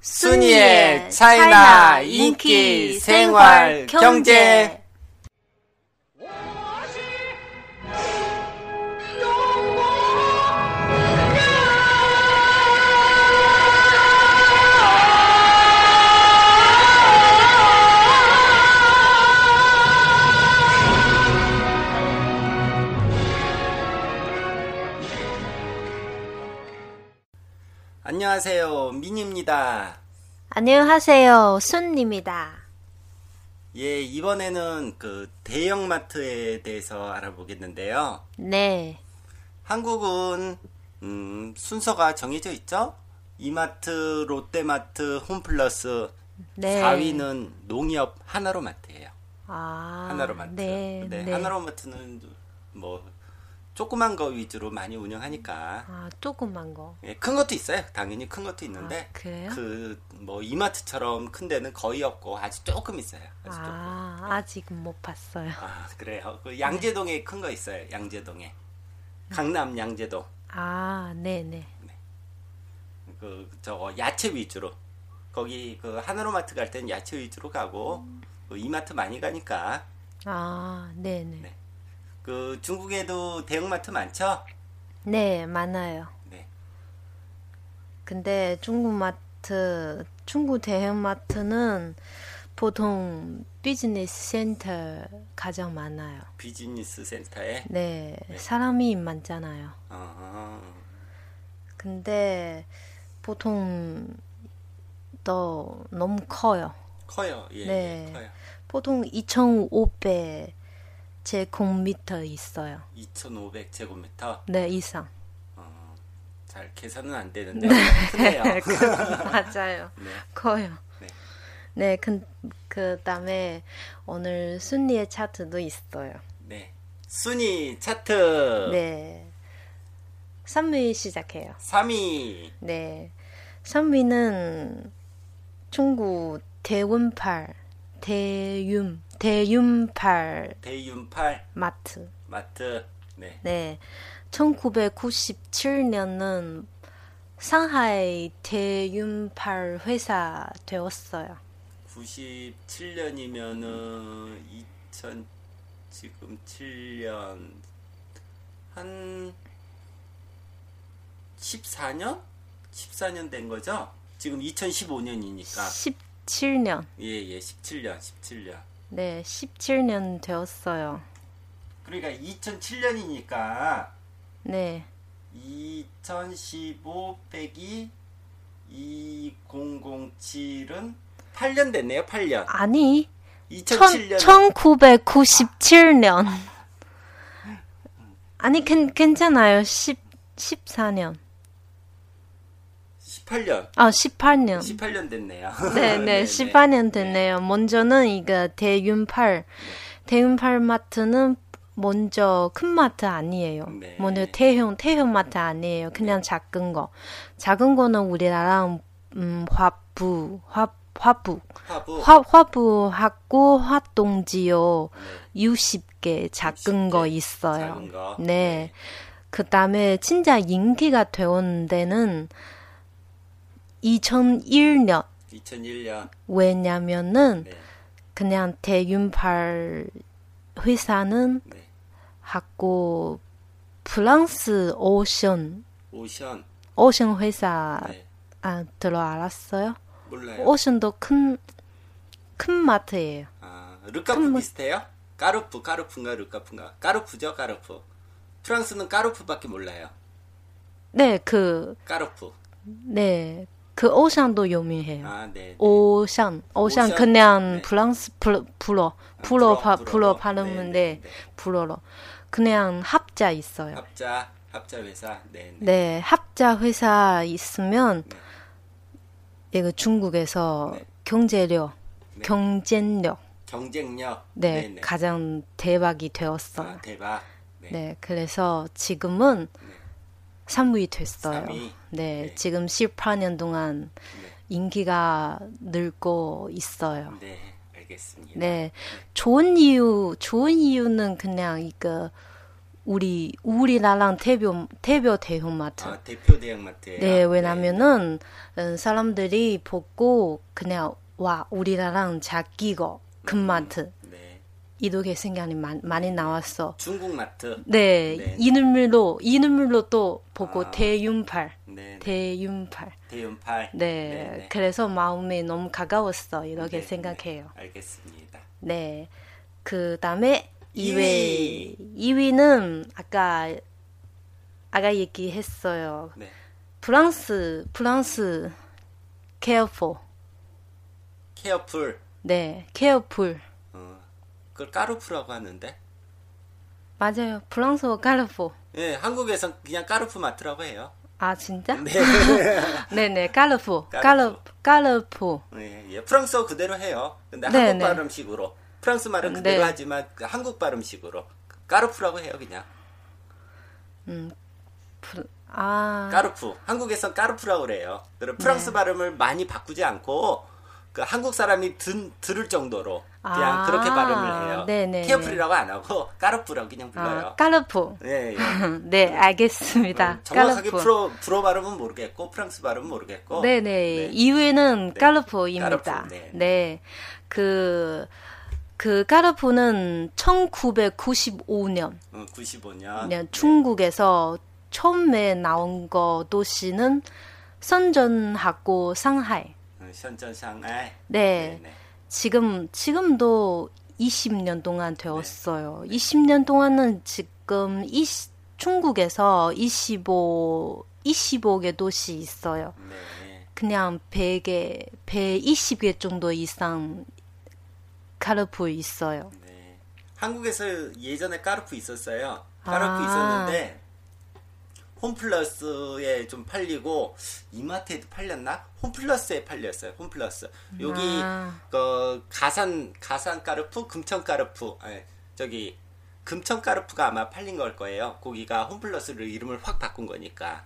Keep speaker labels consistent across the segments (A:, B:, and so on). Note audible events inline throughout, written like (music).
A: 순이의 차이나 인기 생활 경제
B: 我是中国
A: 안녕하세요 민입니다
C: 안녕하세요. 순입니다.
A: 예 이번에는 그 대형마트에 대해서 알아보겠는데요
C: 네.
A: 한국은 음, 순서가 정해져 있죠 이마트 롯데마트 홈플러스
C: 네.
A: 4위는 농협 하나로마트예요
C: 아,
A: 하나로마트
C: 네. 네.
A: 하나로마트는 뭐 조그만 거 위주로 많이 운영하니까
C: 아, 조그만 거.
A: 예, 큰 것도 있어요. 당연히 큰 것도 있는데
C: 아, 그래요?
A: 그 뭐 이마트처럼 큰 데는 거의 없고 아주 조금 있어요. 아주 조금.
C: 아, 아직 못 봤어요.
A: 아, 그래요. 그 양재동에 큰 거 있어요. 양재동에. 강남 양재동.
C: 아, 네, 네.
A: 그 저거 야채 위주로. 거기 그 하나로마트 갈 땐 야채 위주로 가고 그 이마트 많이 가니까
C: 아, 네,
A: 네.
C: 네.
A: 그 중국에도 대형마트 많죠?
C: 네, 많아요.
A: 네.
C: 근데 중국 마트, 중국 대형 마트는 보통 비즈니스 센터 가장 많아요.
A: 비즈니스 센터에
C: 네, 사람이 많잖아요.
A: 어,
C: 근데 보통 더 너무 커요.
A: 커요. 예,
C: 네.
A: 예, 커요.
C: 보통 2,500 제곱미터 있어요.
A: 2,500 제곱미터.
C: 네,
A: (laughs)
C: 이상.
A: 어, 잘 계산은 안 되는데
C: (laughs)
A: 크네요.
C: 맞아요.
A: 네.
C: 커요.
A: 네.
C: 네, 그, 그 다음에 오늘 순위의 차트도 있어요.
A: (laughs) 네. 순위 차트
C: 네. 3위 시작해요.
A: 3위
C: 네. 3위는 중국 대운팔, 대윤, 대윤팔
A: 대윤팔
C: 마트.
A: 마트. 네.
C: 네. 1997년은 상하이 대윤팔 회사 되었어요.
A: 97년이면은 2000 지금 7년 한 14년? 14년 된 거죠? 지금 2015년이니까
C: 17년.
A: 예예 17년 17년
C: 네, 17년 되었어요.
A: 그러니까 2007년이니까
C: 네.
A: 2015 빼기 2007은 8년 됐네요, 8년.
C: 아니,
A: 2007년.
C: 1997년. 아니, 괜, 괜찮아요. 10, 14년.
A: 18년.
C: 아, 18년.
A: 18년 (laughs) 됐네요.
C: 네, 네, 18년 됐네요. 먼저는 이거 대윤팔. 대윤팔 마트는 먼저 큰 마트 아니에요.
A: 네.
C: 먼저 태형, 태형 마트 아니에요. 그냥 작은 거. 작은 거는 우리나라, 음, 화부, 화, 화부.
A: 화부.
C: 화, 화부하고 화동지요. 60개 작은
A: 60개
C: 거 있어요.
A: 작은 거.
C: 네. 그 다음에 진짜 인기가 되온 데는 2001년.
A: 2001년.
C: 왜냐면은
A: 네.
C: 그냥 대윤팔 회사는
A: 네.
C: 하고 프랑스 오션
A: 오션.
C: 오션 회사
A: 네.
C: 아 들어 알았어요?
A: 몰라요.
C: 오션도 큰 큰 마트예요.
A: 아, 르카프
C: 큰 뭐-
A: 비슷해요? 까르프, 까르프인가 르카프인가? 까르프죠, 까르프. 프랑스는 까르프밖에 몰라요.
C: 네, 그
A: 까르프.
C: 네, 그 오션도 유명해요.
A: 아, 네.
C: 오션, 오션
A: 오션?
C: 그냥
A: 네. 아,
C: 프랑스 불, 불어, 불어, 바, 불어 발음인데 불어로 그냥 합자 있어요.
A: 네, 합자 합자 회사. 네, 네.
C: 네, 합자 회사 있으면
A: 네.
C: 이거 중국에서
A: 네.
C: 경제력,
A: 네.
C: 경쟁력,
A: 경쟁력.
C: 네,
A: 네.
C: 가장 대박이 되었어요.
A: 아, 대박. 네.
C: 네, 그래서 지금은
A: 네.
C: 3위 됐어요.
A: 삼위.
C: 네,
A: 네.
C: 지금 18년 동안 인기가 늘고 있어요.
A: 네. 알겠습니다.
C: 네, 좋은 이유, 좋은 이유는 그냥 이거 우리 우리나라랑 대표 대표 대형마트.
A: 아, 대표 대형마트예요. 아,
C: 네, 왜냐면은 음, 사람들이 보고 그냥 와 우리나라랑 자기고 금마트
A: 네. 네.
C: 이렇게 생각이 많- 많이 나왔어.
A: 중국 마트.
C: 네,
A: 네.
C: 이 눈물로 이 눈물로 또 보고
A: 아.
C: 대윤팔,
A: 네. 네.
C: 대윤팔.
A: 대윤팔.
C: 네, 그래서 마음이 너무 가까웠어 이렇게
A: 네,
C: 생각해요.
A: 네. 알겠습니다.
C: 네, 그 다음에
A: 이위.
C: 2위, 2위는 아까 아까 얘기했어요.
A: 네.
C: 프랑스, 프랑스, careful.
A: 케어풀.
C: 네, careful.
A: 어. 그걸 까르푸라고 하는데.
C: 맞아요. 프랑스어 careful.
A: 예, 한국에선 그냥 까르푸 마트라고 해요.
C: 아, 진짜?
A: 네.
C: 네네, careful.
A: Carrefour.
C: careful.
A: (laughs) 예, 예, 프랑스어 그대로 해요. 근데
C: 네,
A: 한국
C: 네.
A: 발음식으로. 프랑스 말은 그대로
C: 네.
A: 하지만 그 한국 발음식으로 까르푸라고 해요, 그냥.
C: 아, 네.
A: 까르푸. 한국에선 까르푸라고 그래요. 그럼 프랑스 발음을 많이 바꾸지 않고 그 한국 사람이 든, 들을 정도로 그냥
C: 아,
A: 그렇게 발음을 해요.
C: 네, 네,
A: 케어풀이라고 안 하고 까르푸라고 그냥 불러요.
C: 아, careful.
A: 예, 예.
C: (laughs) 네, 알겠습니다.
A: 네, 정확하게
C: Carrefour.
A: 프로, 프로 발음은 모르겠고 프랑스 발음은 모르겠고
C: 네네.
A: 네.
C: 이유는
A: 네.
C: 까르포입니다.
A: 까르푸, 네.
C: 네. 그, 그 까르포는 1995년
A: 음, 95년 네.
C: 그냥 중국에서 처음에 나온 거 도시는 선전하고 상하이.
A: 음, 션전 상하이
C: 네.
A: 네.
C: 지금, 지금도 20년 동안 되었어요.
A: 네.
C: 20년 동안은 지금 이 중국에서 25, 25개 도시 있어요.
A: 네.
C: 그냥 100개, 120개 정도 이상 카르풀 있어요.
A: 네. 한국에서 예전에 까르푸 있었어요. 까르푸
C: 아.
A: 있었는데 홈플러스에 좀 팔리고 이마트에도 팔렸나? 홈플러스에 팔렸어요. 홈플러스. 여기
C: 아.
A: 그 가산 가산 까르푸, 금천 까르푸. 아니, 저기 금천 까르푸가 아마 팔린 걸 거예요. 거기가 홈플러스를 이름을 확 바꾼 거니까.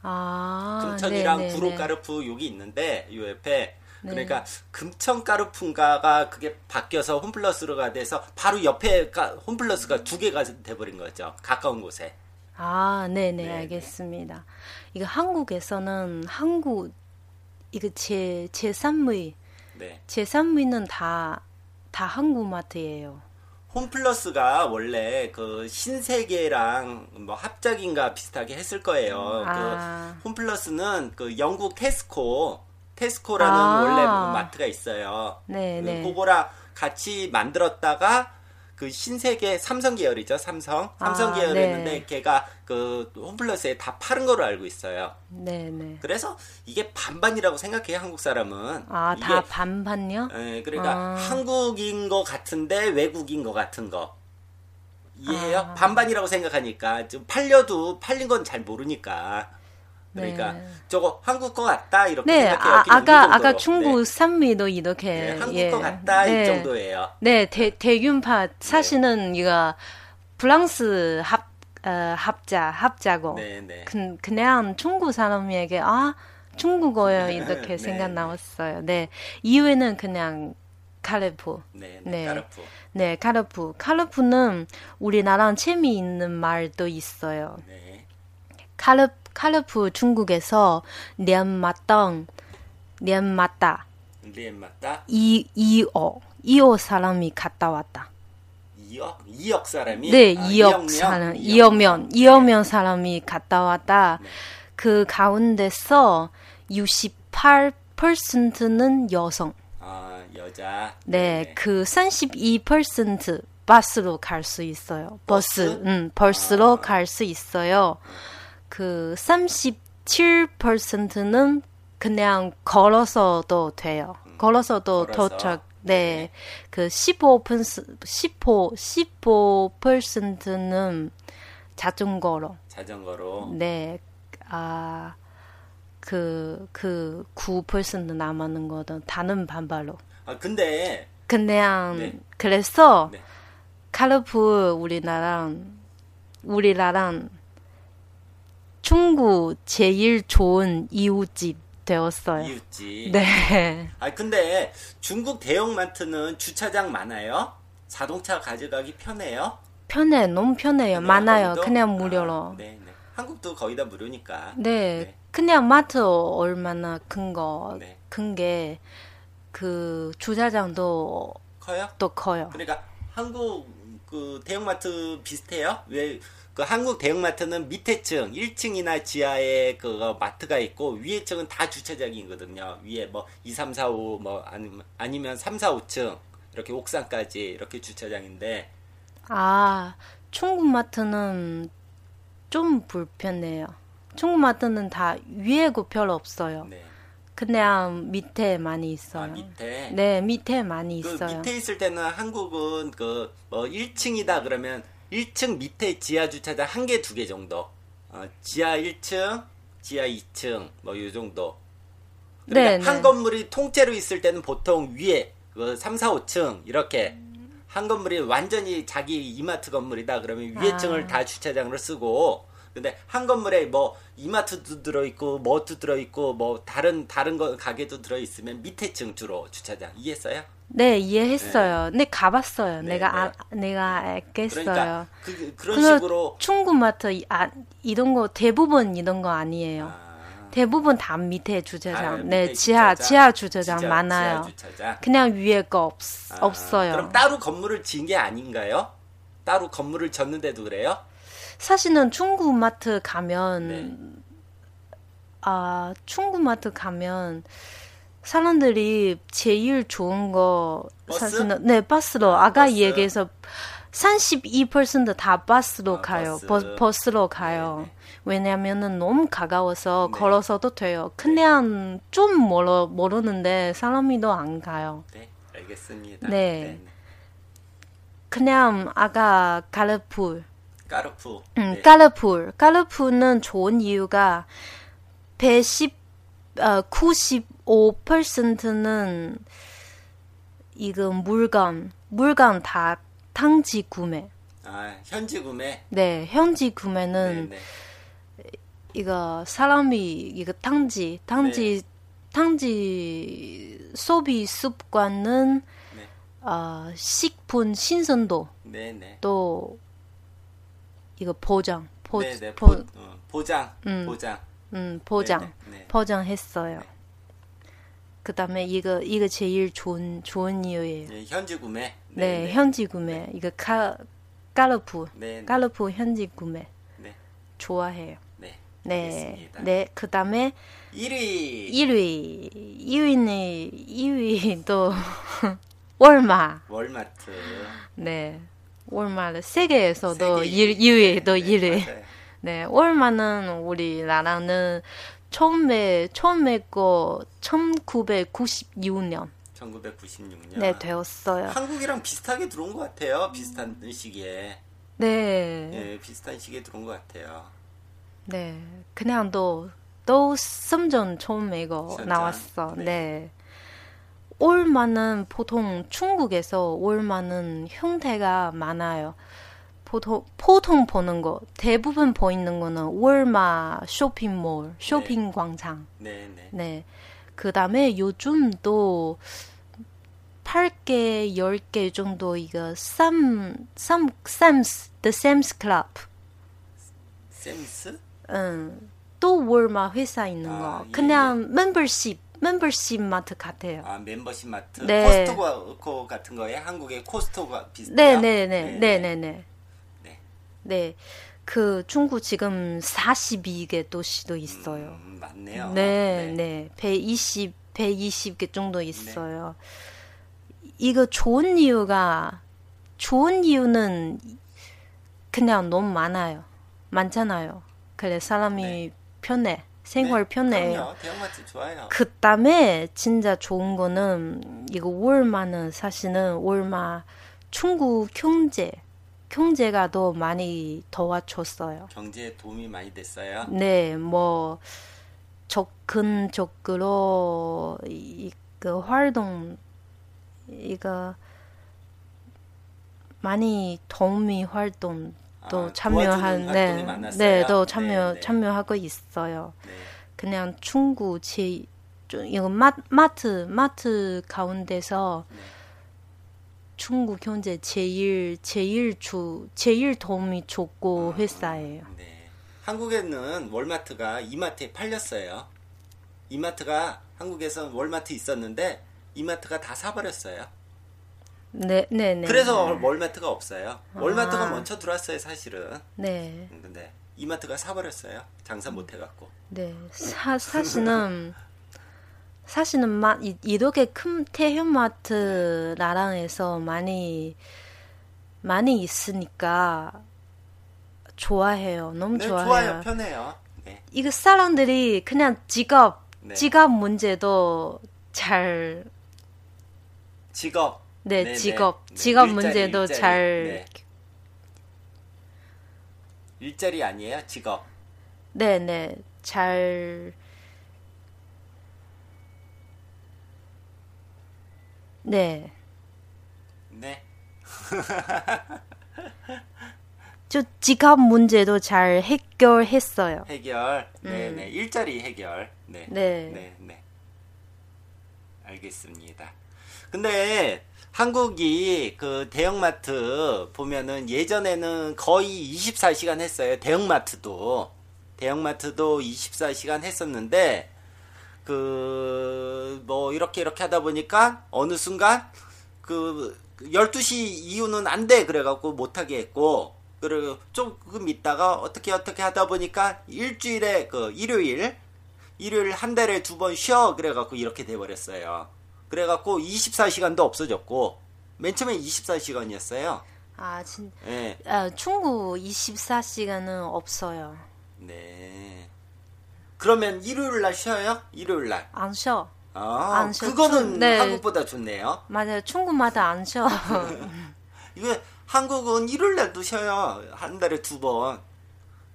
C: 아,
A: 금천이랑
C: 네네네.
A: 구로 까르푸 여기 있는데 이 옆에
C: 네.
A: 그러니까 금천 까르푼가가 그게 바뀌어서 홈플러스가 돼서 바로 옆에 가, 홈플러스가 두 개가 돼버린 거죠 가까운 곳에
C: 아, 네네,
A: 네네.
C: 알겠습니다. 이거 한국에서는 한국, 이거 제, 제산무
A: 네
C: 제산무는 다, 다 한국마트예요.
A: 홈플러스가 원래 그 신세계랑 뭐 합작인가 비슷하게 했을 거예요
C: 아.
A: 그 홈플러스는 그 영국 테스코 테스코라는
C: 아.
A: 원래 뭐 마트가 있어요
C: 네,
A: 그
C: 네.
A: 그거랑 같이 만들었다가 그 신세계 삼성 계열이죠 삼성 삼성
C: 아,
A: 계열이었는데
C: 네.
A: 걔가 그 홈플러스에 다 파는 걸로 알고 있어요.
C: 네네.
A: 그래서 이게 반반이라고 생각해요 한국 사람은.
C: 아,
A: 이게,
C: 다 반반요?
A: 예, 그러니까
C: 아.
A: 한국인 거 같은데 외국인 거 같은 거. 이해해요?
C: 아.
A: 반반이라고 생각하니까 좀 팔려도 팔린 건 잘 모르니까. 그러니까
C: 네.
A: 저거 한국 거 같다 이렇게
C: 네,
A: 생각해요.
C: 아,
A: 이렇게 웃는
C: 아까, 아까
A: 정도로.
C: 중국 산미도
A: 네.
C: 이렇게,
A: 네, 한국
C: 예.
A: 거 같다 이
C: 네.
A: 정도예요.
C: 네, 대, 대균파 사실은
A: 네.
C: 이거 프랑스 합, 어, 합자, 합자고.
A: 네네.
C: 그, 그냥 중국 사람에게, 아, 중국어요. 이렇게
A: 네.
C: 생각 나왔어요. 네. 이외는 그냥 카레프.
A: 네,
C: 네.
A: 네. 까르푸.
C: 네, 카르푸. 카르푸는 우리나라 재미있는 말도 있어요.
A: 네.
C: 카르, 카르푸 중국에서 년 맞당, 년 맞다,
A: 리엔 맞다.
C: 이, 이어, 이어 사람이 갔다 왔다.
A: 2억? 2억 사람이?
C: 네,
A: 아,
C: 이억
A: 이억면?
C: 사람,
A: 이억면.
C: 이억면, 이억면 사람이 갔다 왔다.
A: 네.
C: 그 가운데서 68%는 여성.
A: 아, 여자.
C: 네, 그 32% 버스로 갈 수 있어요. 버스,
A: 버스?
C: 음, 버스로
A: 아.
C: 갈 수 있어요. 그 37%는 그냥 걸어서도 돼요. 걸어서도
A: 걸어서.
C: 도착. 네. 그 15%, 15, 15%는 자전거로.
A: 자전거로
C: 네. 아, 그, 그 9% 남았는 거는 다른 반발로.
A: 아 근데
C: 그냥,
A: 네.
C: 그래서,
A: 네.
C: 칼르프 우리나라랑, 우리나라랑 중국 제일 좋은 이웃집 되었어요.
A: 이웃집
C: 네.
A: 아 근데 중국 대형 마트는 주차장 많아요? 자동차 가져가기 편해요?
C: 편해, 너무 편해요. 네, 많아요.
A: 거기도?
C: 그냥
A: 아,
C: 무료로. 네.
A: 네, 네. 한국도 거의 다 무료니까. 네.
C: 그냥 마트 얼마나 큰 거,
A: 네.
C: 큰 게, 그, 주차장도
A: 커요?
C: 또 커요.
A: 그러니까 한국 그 대형마트 비슷해요? 왜 그 한국 대형마트는 밑에 층 1층이나 지하에 그 마트가 있고 위에 층은 다 주차장이거든요. 위에 뭐 2, 3, 4, 5 뭐 아니면 아니면 3, 4, 5층 이렇게 옥상까지 이렇게 주차장인데
C: 아, 중국 마트는 좀 불편해요. 중국 마트는 다 위에 거 별로 없어요.
A: 네.
C: 그냥 밑에 많이
A: 아,
C: 있어요.
A: 밑에
C: 네, 밑에 많이
A: 그
C: 있어요.
A: 밑에 있을 때는 한국은 그 뭐 1층이다 그러면 1층 밑에 지하 주차장 한 개 두 개 정도. 어, 지하 1층, 지하 2층 뭐 이 정도. 그러니까
C: 네,
A: 한
C: 네.
A: 건물이 통째로 있을 때는 보통 위에 그 3, 4, 5층 이렇게 한 건물이 완전히 자기 이마트 건물이다 그러면 위에
C: 아.
A: 층을 다 주차장으로 쓰고 근데 한 건물에 뭐 이마트도 들어 있고 뭐도 들어 있고 뭐 다른 다른 거 가게도 들어 있으면 밑에 층 주로 주차장 이해했어요?
C: 네, 이해했어요. 네, 가봤어요.
A: 네,
C: 내가 아,
A: 네.
C: 내가 알겠어요.
A: 그러니까 그, 그런
C: 그래서
A: 식으로
C: 중국 마트 이- 아, 이런 거 대부분 이런 거 아니에요.
A: 아,
C: 대부분 다 밑에 주차장,
A: 아,
C: 네,
A: 밑에
C: 지하
A: 주차장.
C: 지하 주차장
A: 지하-
C: 많아요.
A: 지하 주차장.
C: 그냥 위에 거 없,
A: 아,
C: 없어요.
A: 그럼 따로 건물을 지은 게 아닌가요? 따로 건물을 졌는데도 그래요?
C: 사실은 중국 마트 가면
A: 네.
C: 아 중국 마트 가면 사람들이 제일 좋은 거
A: 버스?
C: 사실은 네 버스로 아까
A: 버스.
C: 얘기해서 32%다 버스로
A: 아,
C: 가요.
A: 버스.
C: 버, 스로 가요.
A: 네,
C: 왜냐면은 너무 가까워서
A: 네.
C: 걸어서도 돼요. 그냥 좀 멀어 모르는데 사람이 더 안 가요.
A: 네, 알겠습니다.
C: 네. 그냥 아까 갈래풀
A: 까르푸.
C: 음,
A: 네.
C: 까르풀. 까르풀은 좋은 이유가 110, 어, 95%는 이거 물건, 물건 다 탕지 구매.
A: 아, 현지 구매.
C: 네, 현지
A: 네,
C: 구매는
A: 네.
C: 이거 사람이 이거 탕지, 탕지,
A: 네.
C: 탕지 소비 습관은
A: 네.
C: 어, 식품 신선도
A: 네, 네.
C: 또 이거 보장, 보,
A: 네, 네.
C: 보,
A: 보, 어, 보장.
C: 음.
A: 보장.
C: 음, 보장.
A: 네, 네.
C: 포장했어요.
A: 네.
C: 그다음에 이거 이거 제일 좋은 좋은 이유예요.
A: 네, 현지 구매.
C: 네, 현지 구매. 이거 카 까르푸
A: 네, 네.
C: 까르푸 현지 구매
A: 네.
C: 좋아해요.
A: 네.
C: 네,
A: 알겠습니다.
C: 네. 그다음에
A: 1위.
C: 1위 1위는 2위도 (laughs) 월마.
A: 월마트.
C: 네, 월마를 세계에서도
A: 세계
C: 1 2위도
A: 네,
C: 1위.
A: 맞아요.
C: 네, 월마는 우리나라는 처음에 처음에 거 1996년
A: 1996년.
C: 네 되었어요. 음.
A: 한국이랑 비슷하게 들어온 것 같아요. 비슷한 시기에.
C: 네,
A: 예, 비슷한 시기에 들어온 것 같아요.
C: 네 그냥 또또 썸전 처음에 거
A: 썸전?
C: 나왔어.
A: 네.
C: 네. 월마는 보통 중국에서 월마는 형태가 많아요. 보통 보통 보는 거 대부분 보이는 거는 월마 쇼핑몰, 쇼핑 광장.
A: 네, 네.
C: 네. 그 다음에 요즘 또 8개, 10개 정도 이거 쌈, 쌈, 쌈스, The Sam's Club.
A: 샘스?
C: 응. 또 월마 회사 있는
A: 아,
C: 거.
A: 예,
C: 그냥 멤버십, 멤버십 마트 같아요.
A: 아, 멤버십 마트.
C: 네.
A: 코스트코 같은 거에 한국의 코스트코가 비슷해요. 예.
C: 네네네, 네네네.
A: 네.
C: 네. 그 중국 지금 42개 도시도 있어요.
A: 음, 맞네요. 네.
C: 네, 네. 120, 120개 정도 있어요. 이거 좋은 이유가, 좋은 이유는 그냥 너무 많아요. 많잖아요. 그래, 사람이
A: 네.
C: 편해. 생활 편해요.
A: 그럼요. 대형마트 좋아요.
C: 그 다음에 진짜 좋은 거는 이거 월마는 사실은 월마 중국 경제 경제가 더 많이 도와줬어요.
A: 경제에 도움이 많이 됐어요.
C: 네, 뭐 적근적으로 이그 활동 이거 많이 도우미 활동 또
A: 아,
C: 참여한
A: 도와주는 활동이
C: 네,
A: 많았어요.
C: 네, 또 참여
A: 네, 네.
C: 참여하고 있어요.
A: 네.
C: 그냥 중구 제 좀 이거 마, 마트 마트 가운데서
A: 네.
C: 중국 경제 제일 제일 주 제일 도움이 좋고 회사예요.
A: 네. 한국에는 월마트가 이마트에 팔렸어요. 이마트가 한국에선 월마트 있었는데 이마트가 다 사버렸어요.
C: 네, 네, 네.
A: 그래서 월마트가 없어요. 월마트가
C: 아.
A: 먼저 들어왔어요, 사실은.
C: 네,
A: 근데 이마트가 사버렸어요. 장사 못 해갖고.
C: 네. 사 사실은 사실은 마, 이, 이렇게 큰 대형마트 나라에서 많이 많이 있으니까 좋아해요. 너무
A: 네,
C: 좋아해요.
A: 편해요. 네.
C: 이거 사람들이 그냥 직업,
A: 네.
C: 직업 문제도 잘,
A: 직업.
C: 네,
A: 네,
C: 직업,
A: 네.
C: 직업
A: 일자리,
C: 문제도
A: 일자리.
C: 잘,
A: 일자리 아니에요? 직업.
C: 네, 네, 잘, 네,
A: 네.
C: 저 직업 문제도 잘 해결했어요.
A: 해결. 네, 네. 일자리 해결. 네.
C: 음. 네.
A: 네, 네. 알겠습니다. 근데 한국이 그 대형마트 보면은 예전에는 거의 24시간 했어요. 대형마트도. 대형마트도 24시간 했었는데 그 뭐 이렇게 이렇게 하다 보니까 어느 순간 그 12시 이후는 안 돼 그래갖고 못하게 했고 그리고 조금 있다가 어떻게 어떻게 하다 보니까 일주일에 그 일요일 일요일 한 달에 두 번 쉬어 그래갖고 이렇게 돼버렸어요 그래갖고 24시간도 없어졌고 맨 처음에 24시간이었어요
C: 아, 진,
A: 예.
C: 아, 중국 24시간은 없어요.
A: 네 그러면 일요일 날 쉬어요? 일요일 날
C: 안 쉬어.
A: 아,
C: 안 쉬어.
A: 그거는
C: 네.
A: 한국보다 좋네요
C: 맞아요. 중국마다 안
A: (laughs)
C: 쉬어.
A: 이거 한국은 일요일 날도 쉬어요. 한 달에 두 번.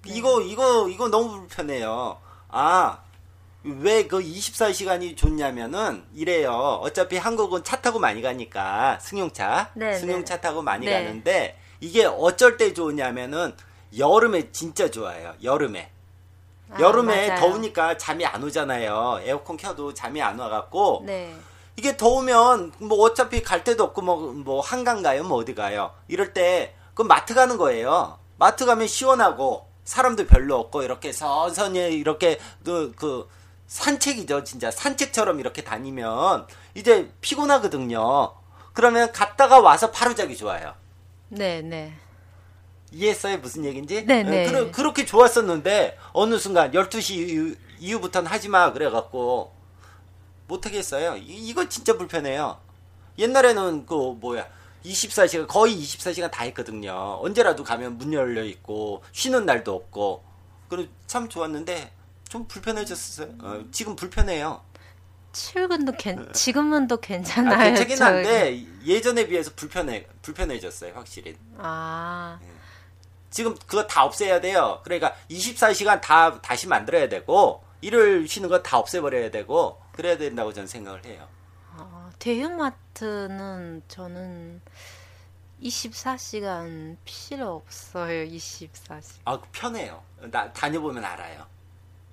C: 네.
A: 이거 이거 이거 너무 불편해요. 아. 왜 그 24시간이 좋냐면은 이래요. 어차피 한국은 차 타고 많이 가니까 승용차,
C: 네,
A: 승용차 타고 많이
C: 네.
A: 가는데 이게 어쩔 때 좋으냐면은 여름에 진짜 좋아요. 여름에.
C: 아,
A: 여름에
C: 맞아요.
A: 더우니까 잠이 안 오잖아요. 에어컨 켜도 잠이 안 와갖고
C: 네.
A: 이게 더우면 뭐 어차피 갈 데도 없고 뭐, 뭐 한강 가요 뭐 어디 가요 이럴 때 그럼 마트 가는 거예요 마트 가면 시원하고 사람도 별로 없고 이렇게 선선히 이렇게 그, 그 산책이죠 진짜 산책처럼 이렇게 다니면 이제 피곤하거든요 그러면 갔다가 와서 바로 자기 좋아요
C: 네, 네.
A: 이해했어요 무슨 얘기인지
C: 네, 네.
A: 그러, 그렇게 좋았었는데 어느 순간 12시 이후, 이후부터는 하지마 그래갖고 못하겠어요 이, 이거 진짜 불편해요 옛날에는 그 뭐야 24시간 거의 24시간 다 했거든요 언제라도 가면 문 열려 있고 쉬는 날도 없고 그리고 참 좋았는데 좀 불편해졌어요 어, 지금 불편해요
C: 출근도 괜 지금은 또 (laughs) 괜찮아요.
A: 아, 괜찮긴
C: 저기. 네.
A: 한데 예전에 비해서 불편해 불편해졌어요 확실히
C: 아,
A: 지금 그거 다 없애야 돼요. 그러니까 24시간 다 다시 만들어야 되고 일을 쉬는 거 다 없애버려야 되고 그래야 된다고 저는 생각을 해요.
C: 어, 대형마트는 저는 24시간 필요 없어요. 24시간.
A: 아 편해요. 나 다녀보면 알아요.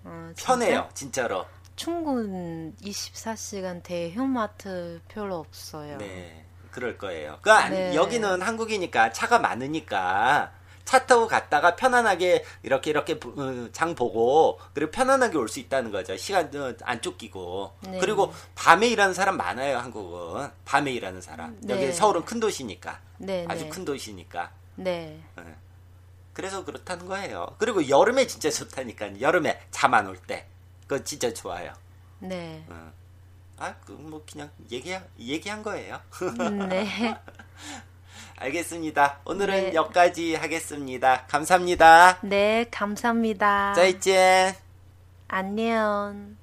C: 어, 진짜?
A: 편해요, 진짜로.
C: 충분 24시간 대형마트 별로 없어요.
A: 네, 그럴 거예요. 그 아니,
C: 네.
A: 여기는 한국이니까 차가 많으니까 차 타고 갔다가 편안하게 이렇게 이렇게 부- 어, 장 보고 그리고 편안하게 올 수 있다는 거죠. 시간 어, 안 쫓기고
C: 네.
A: 그리고 밤에 일하는 사람 많아요. 한국은 밤에 일하는 사람.
C: 네.
A: 여기 서울은 큰 도시니까
C: 네,
A: 아주
C: 네.
A: 큰 도시니까.
C: 네.
A: 예. 그래서 그렇다는 거예요. 그리고 여름에 진짜 좋다니까. 여름에 잠 안 올 때. 그거 진짜 좋아요.
C: 네.
A: 어. 아, 그 뭐 그냥 얘기 얘기한 거예요. (laughs)
C: 네. (laughs)
A: 알겠습니다. 오늘은
C: 네.
A: 여기까지 하겠습니다. 감사합니다.
C: 네, 감사합니다.
A: 짜이젠.
C: 안녕.